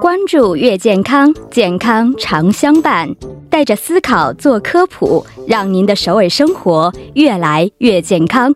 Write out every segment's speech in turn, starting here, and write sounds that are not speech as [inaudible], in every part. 关注越健康，健康常相伴。带着思考做科普，让您的首尔生活越来越健康。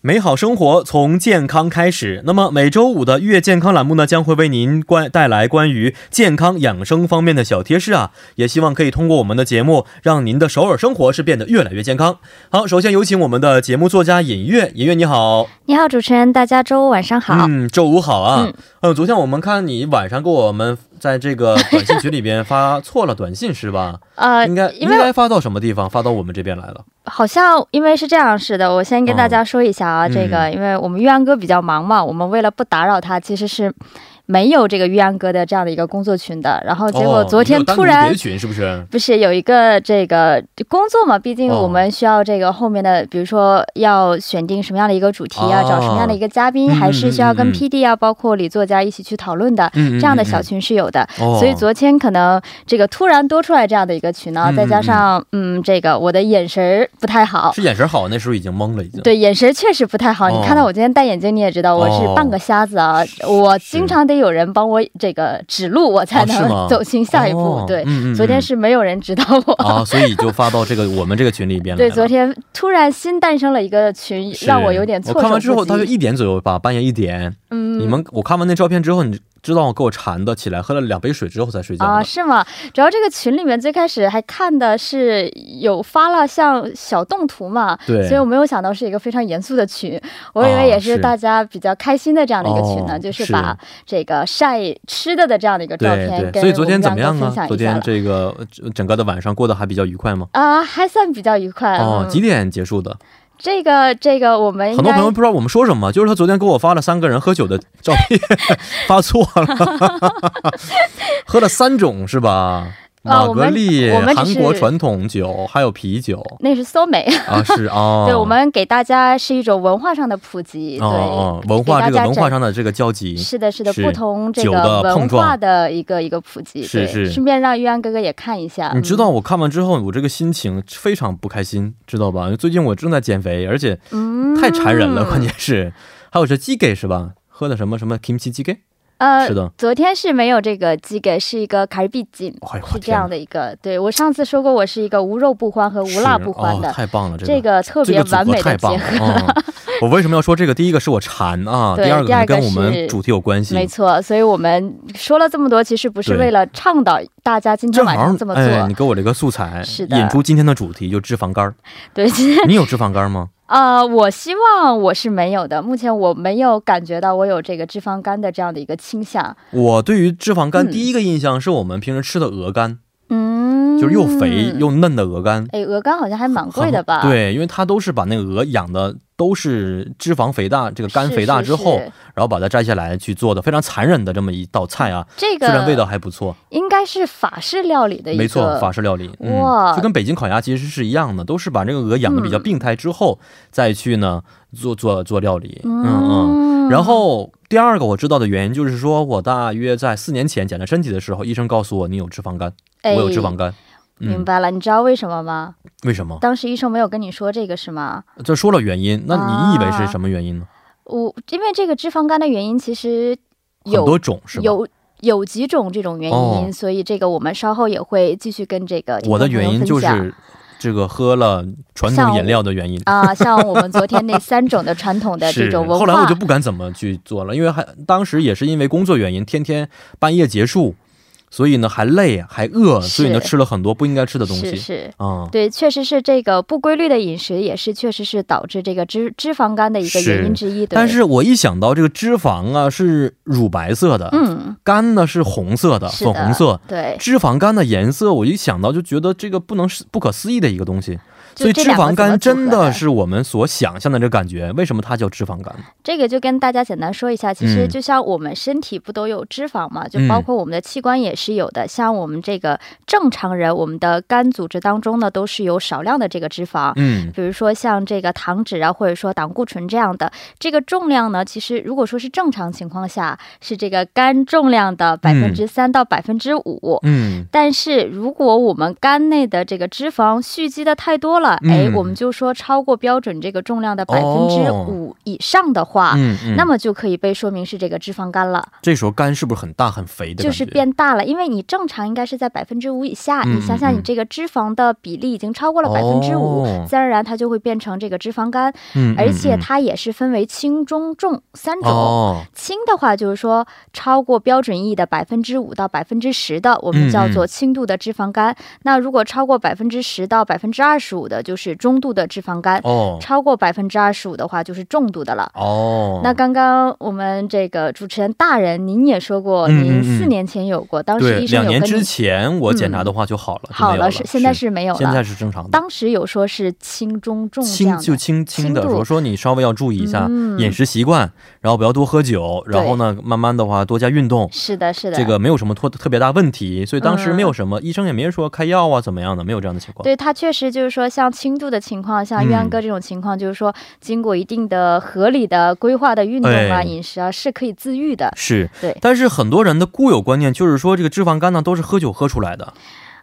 美好生活从健康开始。那么每周五的月健康栏目呢，将会为您关带来关于健康养生方面的小贴士啊，也希望可以通过我们的节目，让您的首尔生活是变得越来越健康。好，首先有请我们的节目作家尹月，尹月你好，你好，主持人，大家周五晚上好。嗯，周五好啊。嗯，昨天我们看你晚上给我们在这个短信群里边发错了短信是吧？呃，应该因应为该发到什么地方？发到我们这边来了。好像因为是这样似的，我先跟大家说一下啊，嗯这个因为我们玉安哥比较忙嘛，我们为了不打扰他，其实是没有这个玉安哥的这样的一个工作群的。然后结果哦昨你天有单独突然、别的群是不是？不是有一个这个工作嘛？毕竟哦我们需要这个后面的，比如说要选定什么样的一个主题啊，哦找什么样的一个嘉宾，嗯还是需要嗯跟嗯 P D 啊，包括李作家一起去讨论的。嗯，嗯这样的嗯小群是有的，哦所以昨天可能这个突然多出来这样的一个群呢，嗯再加上嗯，这个我的眼神儿不太好是。眼神好，那时候已经懵了，已经。对，眼神确实不太好。哦你看到我今天戴眼镜，你也知道我是半个瞎子啊。我经常得有人帮我这个指路，我才啊是吗能走进下一步。哦对、嗯嗯嗯昨天是没有人指导我。啊，所以就发到这个我们这个群里边来对，了昨天突然新诞生了一个群，是让我有点措手我看完之后，不及大约一点左右吧，半夜一点。嗯，你们我看完那照片之后，你知道我给我馋的，起来喝了两杯水之后才睡觉的。啊，是吗？主要这个群里面最开始还看的是有发了像小动图嘛，对哦所以我没有想到是一个非常严肃的群，我以为也是是大家比较开心的这样的一个群呢，哦就是是把这个晒吃的的这样的一个照片对跟对，所以昨天怎么我样们两个分啊享？一昨下天了这个呃整个的晚上过得还比较愉快吗？啊、还算比较愉快。哦，嗯几点结束的？这个这个我们应很多该朋友不知道我们说什么，就是他昨天给我发了三个人喝酒的照 [laughs] 片，发错了，喝了三种 [laughs] 是吧？啊玛我们格丽、我们只韩是国传统酒，还有啤酒那是搜美，，啊，是啊 [laughs] 对我们给大家是一种文化上的普及，对、哦哦，文给化大这个家文化展上的这个交集，是的，是的，是不同这酒个的文碰撞化的一个一个普及，是对是顺便让玉安哥哥也看一下。你知道嗯我看完之后，我这个心情非常不开心，知道吧？最近我正在减肥，而且太馋人了，嗯关键是还有这鸡给是吧？喝的什么什么 kimchi 鸡给？呃，是的昨天是没有这个鸡给，是一个卡尔比金，哎呦，是这样的，的一个。对我上次说过，我是一个无肉不欢和无辣不欢的，哦、太棒了，这这个个特这别个组完合美太的结棒合。了。嗯、我为什么要说这个？第一个是我馋啊，对第二个可能第二跟个我是们主题有关系。没错，所以我们说了这么多，其实不是对为了倡导大家今天正晚好上这，么做。哎，你给我这个素材，是的引出今天的主题，就脂肪肝儿。对， [laughs] 今天你有脂肪肝吗？呃，我希望我是没有的，目前我没有感觉到我有这个脂肪肝的这样的一个倾向。我对于脂肪肝嗯第一个印象是我们平时吃的鹅肝，嗯，就是又肥又嫩的鹅肝，哎，鹅肝好像还蛮贵的吧？很 [laughs] 对，因为它都是把那个鹅养的都是脂肪肥大，这个是，肝肥大之后，是是然后把它摘下来去做的非常残忍的这么一道菜啊，这虽然个味道还不错，应该是法式料理的一个，没错，法式料理，嗯哇，嗯就跟北京烤鸭其实是一样的，都是把这个鹅养的比较病态之后，再去呢做做做料理，嗯嗯。嗯然后第二个我知道的原因就是说，我大约在四年前检查身体的时候，医生告诉我你有脂肪肝，我有脂肪哎。肝。明嗯，白了，你知道为什么吗？为什么？当时医生没有跟你说这个是吗？这说了原因，那啊你以为是什么原因呢？我因为这个脂肪肝的原因其实很多有种是吧？有有几种这种原因、哦所以这个我们稍后也会继续跟这个听众我的朋友原因分就享是这个喝了传统饮料的原因。啊、像我们昨天那三种的传统的这 [laughs] 是，种文化，后来我就不敢怎么去做了，因为还当时也是因为工作原因，天天半夜结束，所以呢还累还饿，是所以呢吃了很多不应该吃的东是西。是啊、对，确实是这个不规律的饮食，也是确实是导致这个脂脂肪肝的一个原因之一。对但是我一想到这个脂肪啊是乳白色的，嗯，肝呢是红色的，是的啊粉红色。对，脂肪肝的颜色，我一想到就觉得这个不能是不可思议的一个东西，就所以这脂两个怎么肪肝组合真的是我们所想象的这感觉。为什么它叫脂肪肝？这个就跟大家简单说一下，其实嗯就像我们身体不都有脂肪嘛，就嗯包括我们的器官也是有的。像我们这个正常人，我们的肝组织当中呢，都是有少量的这个脂肪。嗯，比如说像这个糖脂啊，或者说胆固醇这样的，这个重量呢，其实如果说是正常情况下，是这个肝重量的百分之三到百分之五。嗯，但是如果我们肝内的这个脂肪蓄积的太多了，嗯哎，我们就说超过标准这个重量的百分之哦五以上的话、嗯嗯那么就可以被说明是这个脂肪肝了，这时候肝是不是很大很肥的感觉？就是变大了。因为你正常应该是在百分之五以下、嗯你想想嗯你这个脂肪的比例已经超过了百分之五，哦自然而然它就会变成这个脂肪肝，嗯，嗯而且嗯它也是分为轻、中、重三种。哦，轻的话就是说超过标准意义的百分之五到百分之十的，我嗯们叫做轻度的脂肪肝。那如果超过百分之十到百分之二十五的，就是中度的脂肪肝；哦，超过百分之二十五的话，就是重度的了。哦， [laughs] 那刚刚我们这个主持人大人，您也说过，嗯嗯您嗯四年前有过，当时对，医生两有跟年之你嗯前我检查的话就好了，就没好有了，了，是现在是没有现了在。是正常的。当时有说是轻中重这轻样就的，轻轻的，轻比度如说你稍微要注意一下嗯饮食习惯，然后不要多喝酒，然后呢，慢慢的话多加运动，是的，是的，嗯这个没有什么特特别大问题，所以当时没有什么，医生也没说开药啊怎么样的，没有这样的情况。对，它确实就是说，像轻度的情况，像嗯岳阳哥这种情况，就是说，经过一定的合理的规划的运动啊、哎饮食啊，是可以自愈的。是，对但是很多人的固有观念就是说，这个脂肪肝呢都是喝酒喝出来的，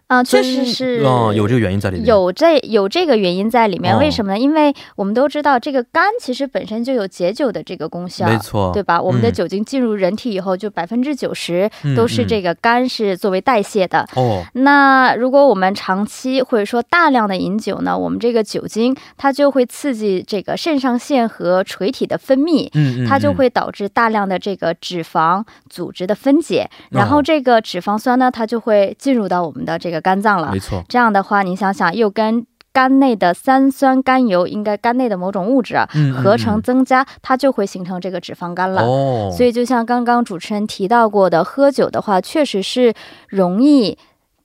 啊、确实是。嗯，有这个原因在里面。，有这有这个原因在里面，哦为什么呢？因为我们都知道，这个肝其实本身就有解酒的这个功效，没错，对吧？我们的嗯酒精进入人体以后，就百分之九十嗯都是嗯这个肝是作为代谢的。哦，那如果我们长期或者说大量的饮酒呢，我们这个酒精它就会刺激这个肾上腺和垂体的分泌。嗯嗯，它就嗯会导致大量的这个脂肪组织的分解，啊然后这个脂肪酸呢，它就会进入到我们的这个肝脏了没。错，这样的话，你想想，又跟肝内的三酸甘油，应该肝内的某种物质啊嗯嗯合成嗯增加，它就会形成这个脂肪肝了。哦，所以，就像刚刚主持人提到过的，喝酒的话，确实是容易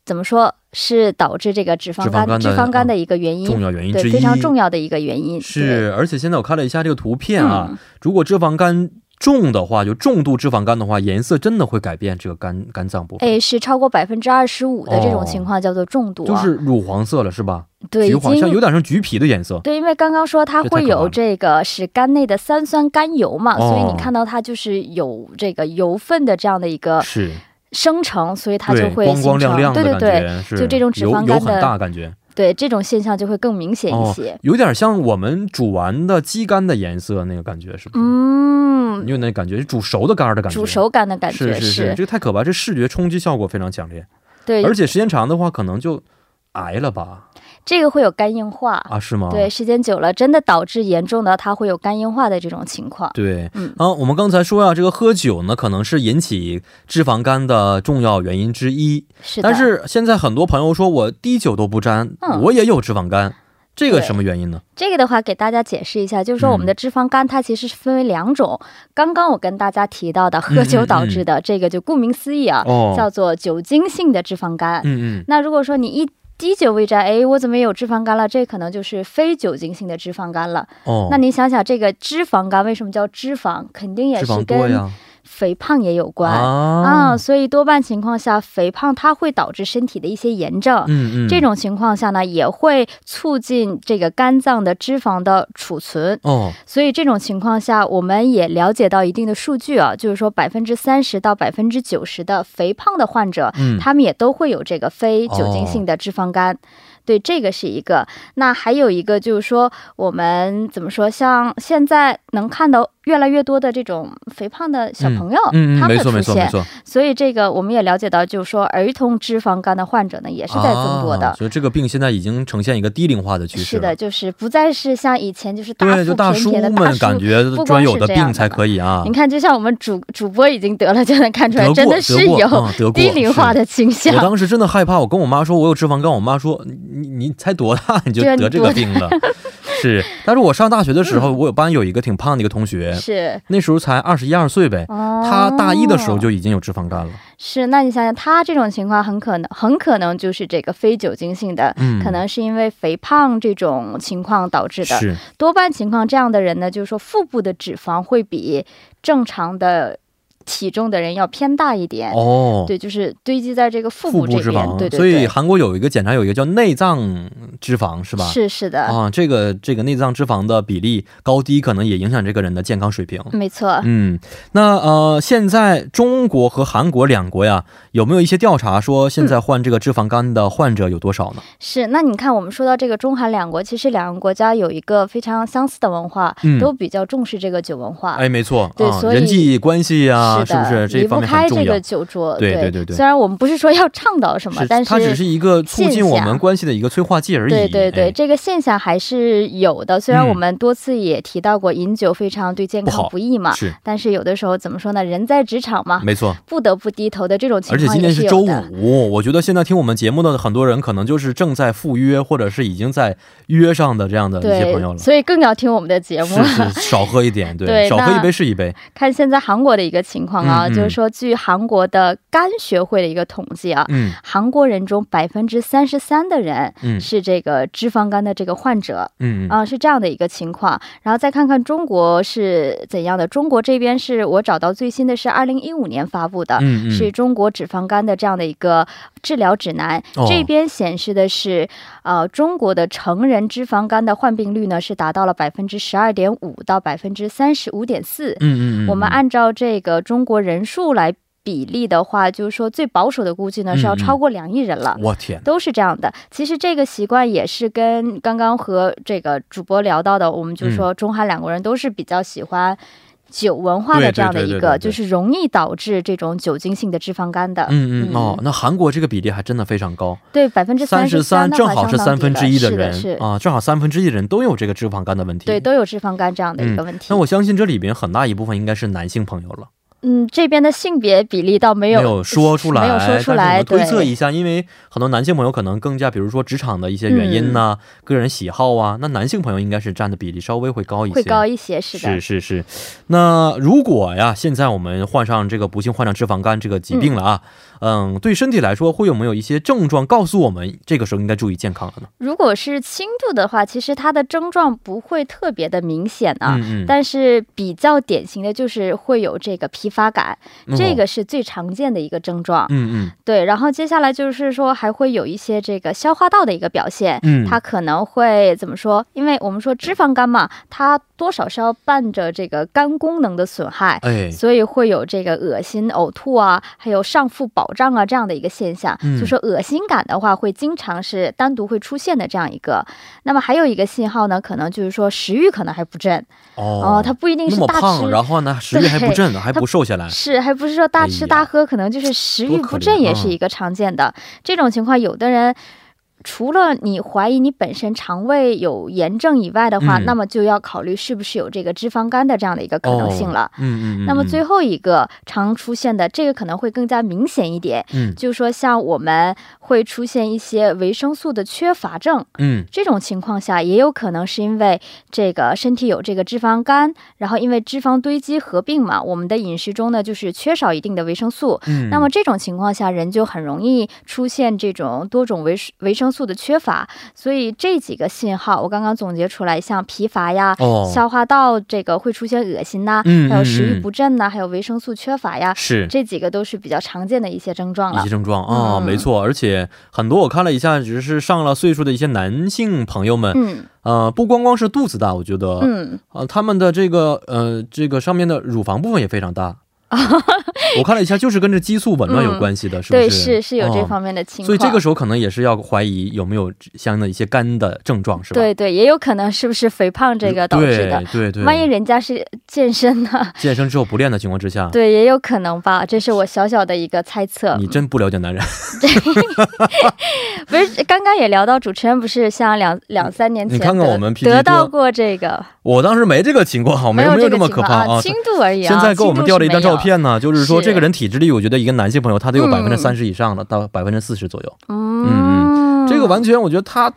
怎么说是导致这个脂肪肝、脂脂肪肝的嗯肪肝的一个原因，重要原因对之一，非常重要的一个原因。是，而且现在我看了一下这个图对，片啊，嗯，如果脂肪肝重的话，就重度脂肪肝的话，颜色真的会改变这个肝肝脏部分，哎，是超过百分之二十五的这哦种情况叫做重度、啊就是乳黄色了，是吧？对，橘已黄像有经。点像橘皮的颜色。对，因为刚刚说它这太会可怕有了这个是肝内的三酸甘油嘛，哦所以你看到它就是有这个油分的这样的一个是，生成，所以它就对，会光形光成，亮亮的对对感对，觉，是就这种脂肪油油肝很的大感觉，对这种现象就会更明显一些。有点像我们煮完的鸡肝的颜色那个感觉，是不是？嗯，你有那感觉，煮熟的肝儿的感觉，煮熟感的感觉是是这个太可怕，这视觉冲击效果非常强烈，对，而且时间长的话，可能就癌了吧？这个会有肝硬化。啊，是吗？对，时间久了，真的导致严重的，它会有肝硬化的这种情况。对，嗯啊，我们刚才说呀、这个喝酒呢，可能是引起脂肪肝的重要原因之一。是的，但是现在很多朋友说我滴酒都不沾，嗯我也有脂肪肝，这个对什么原因呢？这个的话，给大家解释一下，就是说嗯我们的脂肪肝它其实是分为两种。刚刚我跟大家提到的喝酒导嗯致的，这个就顾名思义啊，哦叫做酒精性的脂肪肝。嗯嗯，那如果说你一滴酒未沾，哎，我怎么有脂肪肝了？这可能就是非酒精性的脂肪肝了。哦，那你想想，这个脂肪肝为什么叫脂肪？肯定也脂是肪多跟呀，肥胖也有关啊，啊、所以多半情况下，肥胖它会导致身体的一些炎症。嗯嗯，这种情况下呢，也会促进这个肝脏的脂肪的储存。哦，所以这种情况下，我们也了解到一定的数据啊，就是说百分之三十到百分之九十的肥胖的患者，嗯，哦他们也都会有这个非酒精性的脂肪肝。对，这个是一个。那还有一个就是说，我们怎么说？像现在能看到越来越多的这种肥胖的小朋友，嗯嗯，他们没的错出没错没现，错，所以这个我们也了解到，就是说儿童脂肪肝的患者呢也是在增多的。啊所以这个病现在已经呈现一个低龄化的趋势是了的，。就是不再是像以前就是大对，腹就大便叔便的大们叔感觉不光专有是的这样病才嘛可以啊你，看，就像我们主主播已经得了，就能看出来，得真过的得是过有嗯得过低龄是化的倾向我。当时真的害怕，我跟我妈说我有脂肪肝，我妈说你你你才多大你就对啊得你这多大个嗯病了， [laughs] 是。但是我上大学的时候，我有班有一个挺胖的一个同学，是，那时候才二十一二岁呗，哦他大一的时候就已经有脂肪肝了，是。那你想想，他这种情况很可能，很可能就是这个非酒精性的，嗯，可能是因为肥胖这种情况导致的。是多半情况，这样的人呢，就是说腹部的脂肪会比正常的体重的人要偏大一点。哦，对，就是堆积在这个腹腹部部这脂边肪，，对对对，所以韩国有一个检查，有一个叫内脏脂肪，是吧？是是的，啊，这个这个内脏脂肪的比例高低，可能也影响这个人的健康水平。没错。嗯，那呃，现在中国和韩国两国呀，有没有一些调查说现在患这个脂肪肝的患者有多少呢？是，那你看，我们说到这个中韩两国，其实两个国家有一个非常相似的文化，嗯都比较重视这个酒文化。哎，没错，对啊，所以人际关系呀、是是不的，是这离方不面很开重这要个？酒桌？对对对对虽然我们不是说要倡导什么，但是它只是一个促进我现们象关系的一个催化剂而已。对对对、哎嗯这个现象还是有的。虽然我们多次也提到过，饮酒非常对健不好康不益嘛，是但是有的时候怎么说呢？人在职场嘛，没错。不得不低头的这种啊情而且况今也天是是有周的。五，我觉得现在听我们节目的很多人，可能就是正在赴约，或者是已经在约上的这样的一些朋友对， [laughs] 了。所以更要听我们的节目。是是，少喝一点，[laughs] 对，对少喝一那杯是一杯。看现在韩国的一个情况啊，嗯嗯就是说，据韩国的肝学会的一个统计啊，嗯韩国人中百分之三十三的人嗯是这个脂肪肝的这个患者。嗯嗯，啊、是这样的一个情况，然后再看看中国是怎样的。中国这边是我找到最新的是二零一五年发布的。嗯嗯是中国脂肪肝的这样的一个治疗指南，哦这边显示的是，呃，中国的成人脂肪肝的患病率呢是达到了百分之十二点五到百分之三十五点四。嗯嗯嗯，我们按照这个中国人数来比例的话，就是说最保守的估计呢是要嗯嗯超过两亿人了。我天，都是这样的。其实这个习惯也是跟刚刚和这个主播聊到的，我们就嗯说中韩两国人都是比较喜欢酒文化对的对这样的对对一对个，对就是容易导致这种酒精性的脂肪肝的。嗯嗯嗯哦，那韩国这个比例还真的非常高，对，百分之三十三正好是三分之一的人是的是、啊，正好三分之一的人都有这个脂肪肝的问题。对，都有脂肪肝这样的一个问题。嗯那我相信这里边很大一部分应该是男性朋友了，嗯这边的性别比例倒没有说出来，没有说出但来，是我们推测对一下，因为很多男性朋友可能更加，比如说职场的一些原因呐、嗯个人喜好啊，那男性朋友应该是占的比例稍微会高一些，会高一些，是的。是是是，那如果呀，现在我们患上这个不幸患上脂肪肝这个疾病了啊，嗯，对身体来说会有没有一些症状告诉我们这个时候应该注意健康了呢？如果是轻度的话，其实它的症状不会特别的明显啊。嗯嗯，但是比较典型的就是会有这个疲乏感，嗯这，个是最常见的一个症状。嗯嗯对，然后接下来就是说还会有一些这个消化道的一个表现。嗯，它可能会怎么说？因为我们说脂肪肝嘛，它多少是要伴着这个肝功能的损害，哎，所以会有这个恶心、呕吐啊，还有上腹饱胀啊这样的一个现象。嗯就说恶心感的话，会经常是单独会出现的这样一个。那么还有一个信号呢，可能就是说食欲可能还不振哦，它不一定那是么大胖，吃。然后呢，食欲还不对振，还不瘦下来，是，还不是说大吃大喝，可能就是食多欲不可怜振也是嗯一个常见的、这种情况。有的人除了你怀疑你本身肠胃有炎症以外的话、嗯那么就要考虑是不是有这个脂肪肝的这样的一个可能性了。哦嗯嗯嗯，那么最后，后一个常出现的，这个可能会更加明显一点，嗯就说像我们会出现一些维生素的缺乏症，嗯这种情况下，也有可能是因为这个身体有这个脂肪肝，然后因为脂肪堆积合并嘛，我们的饮食中呢就是缺少一定的维生素。嗯，那么这种情况下，人就很容易出现这种多种维维生素的缺乏，所以这几个信号我刚刚总结出来，像疲乏呀、哦消化道这个会出现恶心呐、嗯还嗯有食欲嗯不振呐、还有维生素缺乏呀，是这几个都是比较常见的一些症状一了些。症状啊、嗯没错，而且很多我看了一下，只是上了岁数的一些男性朋友们，嗯呃，不光光是肚子大，我觉得，嗯，啊，他们的这个呃，这个上面的乳房部分也非 [laughs] 常大。啊我看了一下，就是跟这激素紊乱有关系的，是不嗯对，是是是有这哦方面的情况。所以这个时候可能也是要怀疑有没有相应的一些肝的症状，是吧？对对，也有可能是不是肥胖这个导致的。对对啊对。万一人家是健身呢？健身之后不练的情况之下， [laughs] 对，也有可能吧，这是我小小的一个猜测你。真不了解男人。 [laughs] 不是，刚刚也聊到主持人不是像两两三年前你看看得我们 PG 得到多过这个，我当时没这个情况，哦我没有有没这有个这么情可况怕啊。轻度而已啊。现在给我轻度们调了是一张没有照，片呢，就是说是这个人体脂率，我觉得一个男性朋友他得有百分之嗯三十以上了，到百分之四十左右。嗯，这个完全，我觉得他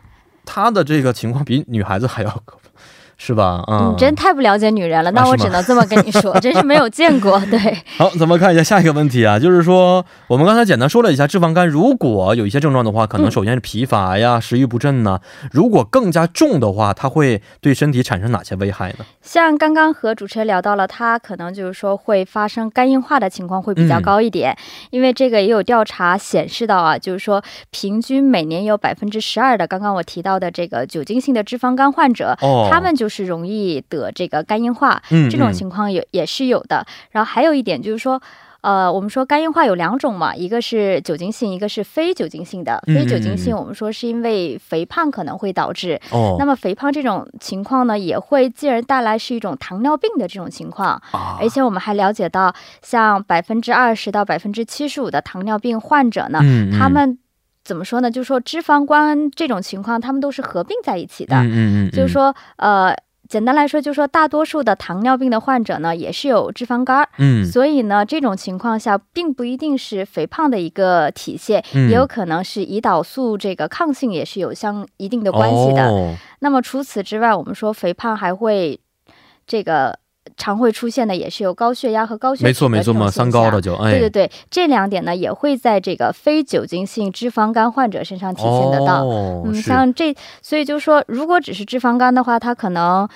他的这个情况比女孩子还要可怕，是吧？你嗯，真太不了解女人了，那啊我是只能吗这么跟你 [laughs] 说，真是没有见过。对，好，咱们看一下下一个问题啊，就是说我们刚才简单说了一下脂肪肝，如果有一些症状的话，可能嗯首先是疲乏呀、食欲不振呐、如果更加重的话，它会对身体产生哪些危害呢？像刚刚和主持人聊到了，她可能就是说会发生肝硬化的情况会比较高一点，因为这个也有调查显示到啊，就是说平均每年有百分之十二的刚刚我提到的这个酒精性的脂肪肝患者，哦，他们就是容易得这个肝硬化。嗯这种情况也也是有的。然后还有一点就是说。呃，我们说肝硬化有两种嘛，一个是酒精性，一个是非酒精性的。嗯非酒精嗯性，嗯我们说是因为肥胖可能会导致。嗯、哦，那么肥胖这种情况呢，也会进而带来是一种糖尿病的这种情况。啊而且我们还了解到，像百分之二十到百分之七十五的糖尿病患者呢，嗯他们怎么说呢？就说脂肪肝这种情况，他们都是合并在一起的。嗯嗯嗯嗯，就是说，呃，简单来说，就是说大多数的糖尿病的患者呢，也是有脂肪肝儿。嗯，所以呢，这种情况下并不一定是肥胖的一个体现，嗯也有可能是胰岛素这个抗性也是有相一定的关系的。哦那么除此之外，我们说肥胖还会这个常会出现的也是有高血压和高血没错脂的没错呃这种嘛，现三高象了就哎，对对对，这两点呢也会在这个非酒精性脂肪肝患者身上体现得到。哦、嗯，是像这，所以就说，如果只是脂肪肝的话，它可能，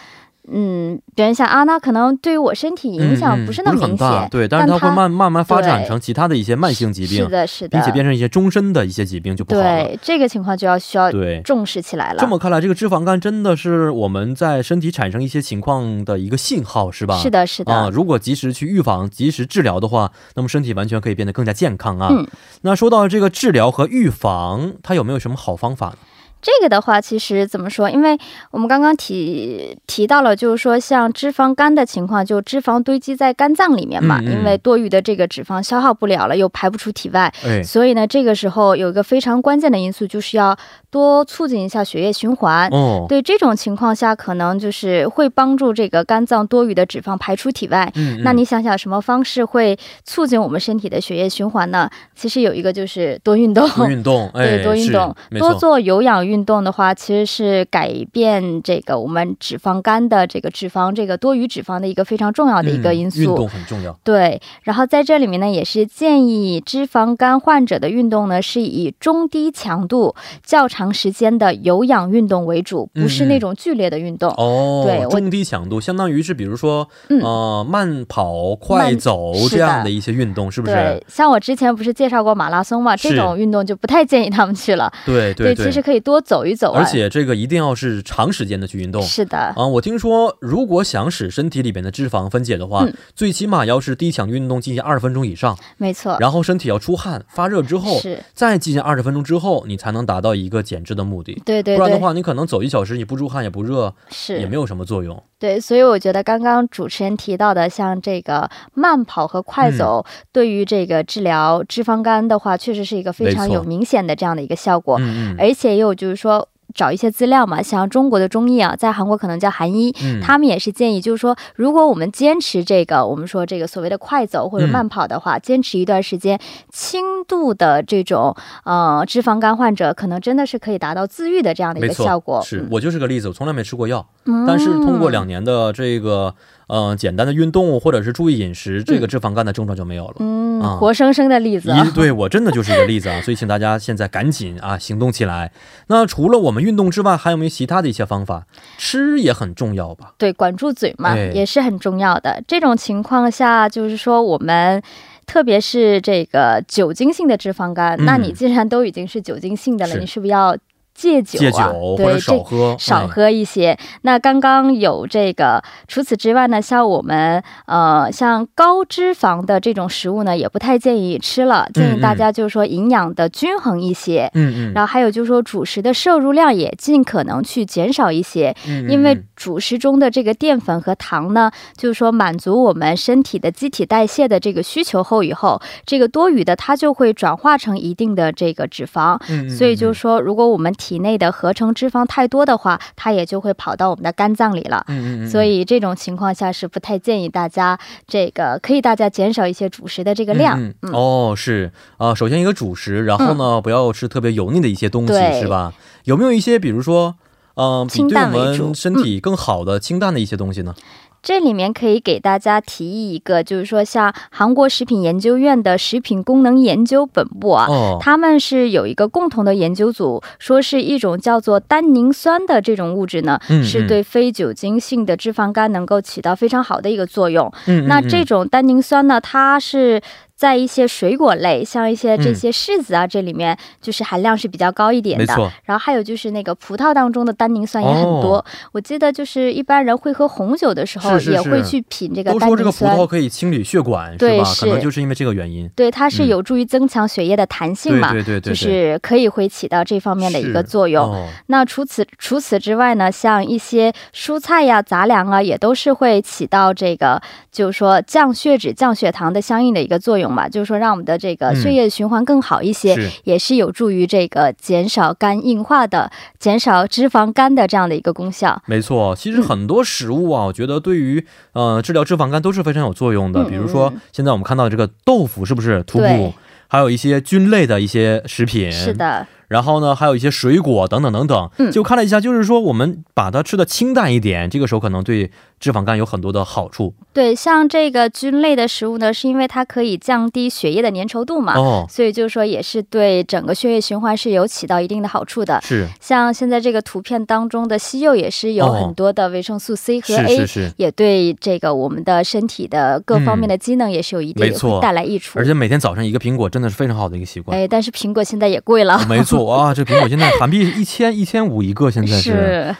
嗯，别人想啊，那可能对于我身体影响嗯嗯不是那么很明大显，对，但但是它会它慢慢慢发展对成其他的一些慢性疾病是，的，是的，并且变成一些终身的一些疾病就不好了。对这个情况就要需要对重视起来了。这么看来，这个脂肪肝真的是我们在身体产生一些情况的一个信号，是吧？是的，是的，啊，如果及时去预防、及时治疗的话，那么身体完全可以变得更加健康啊。嗯那说到这个治疗和预防，它有没有什么好方法呢？这个的话，其实怎么说？因为我们刚刚提提到了，就是说像脂肪肝的情况，就脂肪堆积在肝脏里面嘛，嗯嗯因为多余的这个脂肪消耗不了了，又排不出体外，哎，所以呢，这个时候有一个非常关键的因素，就是要多促进一下血液循环。哦，对这种情况下，可能就是会帮助这个肝脏多余的脂肪排出体外。嗯，嗯那你想想，什么方式会促进我们身体的血液循环呢？其实有一个就是多运动，多运动，哎，对，多运是动，没多错，做有氧运动的话，其实是改变这个我们脂肪肝的这个脂肪这个多余脂肪的一个非常重要的一个因嗯运素。动很重要。对，然后在这里面呢，也是建议脂肪肝患者的运动呢，是以中低强度、较长时间的有氧运动为主，嗯不是那种剧烈的运动。哦，对我中低强度相当于是，比如说，嗯呃，慢跑、快慢走是这样的的一些运动，是不是对？，像我之前嗯不是介绍过马拉松嘛，是这种运动就不太建议他们去了。对对其实可以多走一走、啊。而且这个一定要是长时间的去运动。是的，啊，我听说，如果想使身体里边的脂肪分解的话，嗯最起码要是低强运动进行二十分钟以上，没错，然后身体要出汗、发热之后，是，再进行二十分钟之后，你才能达到一个减脂的目的。对对不然的对，话，你可能走一小时，你不出汗也不热，是哦也没有什么作用。对，所以我觉得刚刚主持人提到的，像这个慢跑和快嗯走，对于这个治疗脂肪肝的话，确实是一个非常没错有明显的这样的一个效果。嗯嗯而且也有就是说，找一些资料嘛，像中国的中医啊，在韩国可能叫韩医，嗯，他们也是建议，就是说，如果我们坚持这个，我们说这个所谓的快走或者嗯慢跑的话，坚持一段时间，轻度的这种呃脂肪肝患者，可能真的是可以达到自愈的这样的一没个错效果。是嗯我就是个例子，我从来没吃过药，嗯但是通过两年的这个呃简单的运动或者是注意饮食，这个脂肪肝的症状就没有了。嗯啊活生生的例嗯子啊。一对我真的就是一个例子啊，所以请大家现在赶紧啊行动起来。那除了我们运动之外，还有没有其他的一些方法？吃也很重要吧？对，管住嘴嘛，哎也是很重要的。这种情况下，就是说我们。特别是这个酒精性的脂肪肝，嗯那你既然都已经是酒精性的了，是你是不是要戒酒啊？戒酒或对，者这少喝，少哎。喝一些、那刚刚有这个，除此之外呢，像我们呃，像高脂肪的这种食物呢，也不太建议吃了，建议大家就是说营养的均衡一些。嗯嗯然后还有就是说，主食的摄入量也尽可能去减少一些，嗯，嗯因为嗯主食中的这个淀粉和糖呢，就是说满足我们身体的机体代谢的这个需求后以后，这个多余的它就会转化成一定的这个脂肪。嗯嗯所以就是是说，如果我们体内的合成脂肪太多的话，它也就会跑到我们的肝脏里了。嗯嗯嗯，所以这种情况下是不太建议大家这个，可以大家减少一些主食的这个量。嗯嗯嗯哦是啊、首先一个主食，然后呢、不要吃特别油腻的一些东西，对是吧？有没有一些比如说？嗯、比清对我淡为主们身体更好的、清淡的一些东西呢？这里面可以给大家提议一个，就是说像韩国食品研究院的食品功能研究本部啊，哦，他们是有一个共同的研究组，说是一种叫做单宁酸的这种物质呢，嗯是对非酒精性的脂肪肝能够起到非常好的一个作用。嗯嗯那嗯这种单宁酸呢，它是。在一些水果类，像一些这些柿子啊，这里面就是含量是比较高一点嗯没的。错，哦然后还有就是那个葡萄当中的单宁酸也很多。我记得就是一般人会喝红酒的时候，是是是也会去品这个都单说这宁个葡酸萄。可以清理血管，对是吧？是可能就是因为这个原因。对，它是嗯有助于增强血液的弹性对嘛，对对对对，就是可以会起到这方面的一个是作用。哦那除此除此之外呢，像一些蔬菜呀、杂粮啊，也都是会起到这个，就是说降血脂、降血糖的相应的一个作用嘛，就是说让我们的这个嗯血液循环更好一些，是也是有助于这个减少肝硬化的、减少脂肪肝的这样的一个功效。没错，其实很多食物啊，我觉得对于呃治疗脂肪肝都是非常有作用的。嗯比如说现在我们看到这个豆腐，是不是土对补？还有一些菌类的一些食品，是。的，然后呢，还有一些水果等等等等。嗯就看了一下，就是说我们把它吃的清淡一点，这个时候可能对脂肪肝有很多的好处。对，像这个菌类的食物呢，是因为它可以降低血液的粘稠度嘛。哦，所以就是说，也是对整个血液循环是有起到一定的好处的。是像现在这个图片当中的西柚也是有哦很多的维生素 C 和是 A，、是是。也对这个我们的身体的各方面的机能也是有一定、没错会带来益处。而且每天早上一个苹果真的是非常好的一个习惯。哎，但是苹果现在也贵了，没错啊，这苹果现在韩币一千一千五一个，现在是是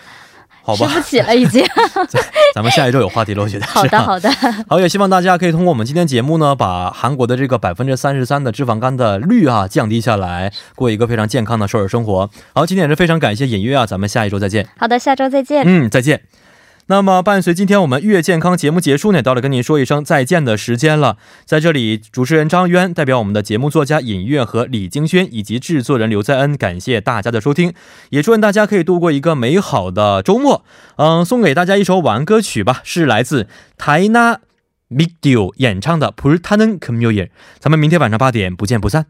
[laughs] 好吃吧？啊不起了 [laughs] 已经。咱们下一周有话题了，我觉得。好是 [laughs] 的，啊好的，好，也希望大家可以通过我们今天节目呢，把韩国的这个百分之三十三的脂肪肝的率啊降低下来，过一个非常健康的首尔生活。好，今天也是非常感谢尹月啊，咱们下一周再见。好的，下周再见。嗯，再见。那么，伴随今天我们月健康节目结束呢，到了跟您说一声再见的时间了。在这里，主持人张渊代表我们的节目作家尹月和李京轩以及制作人刘在恩，感谢大家的收听，也祝愿大家可以度过一个美好的周末。嗯，送给大家一首晚安歌曲吧，是来自台纳米迪 o 演唱的《普尔塔嫩 c o m m u n 咱们明天晚上八点不见不散。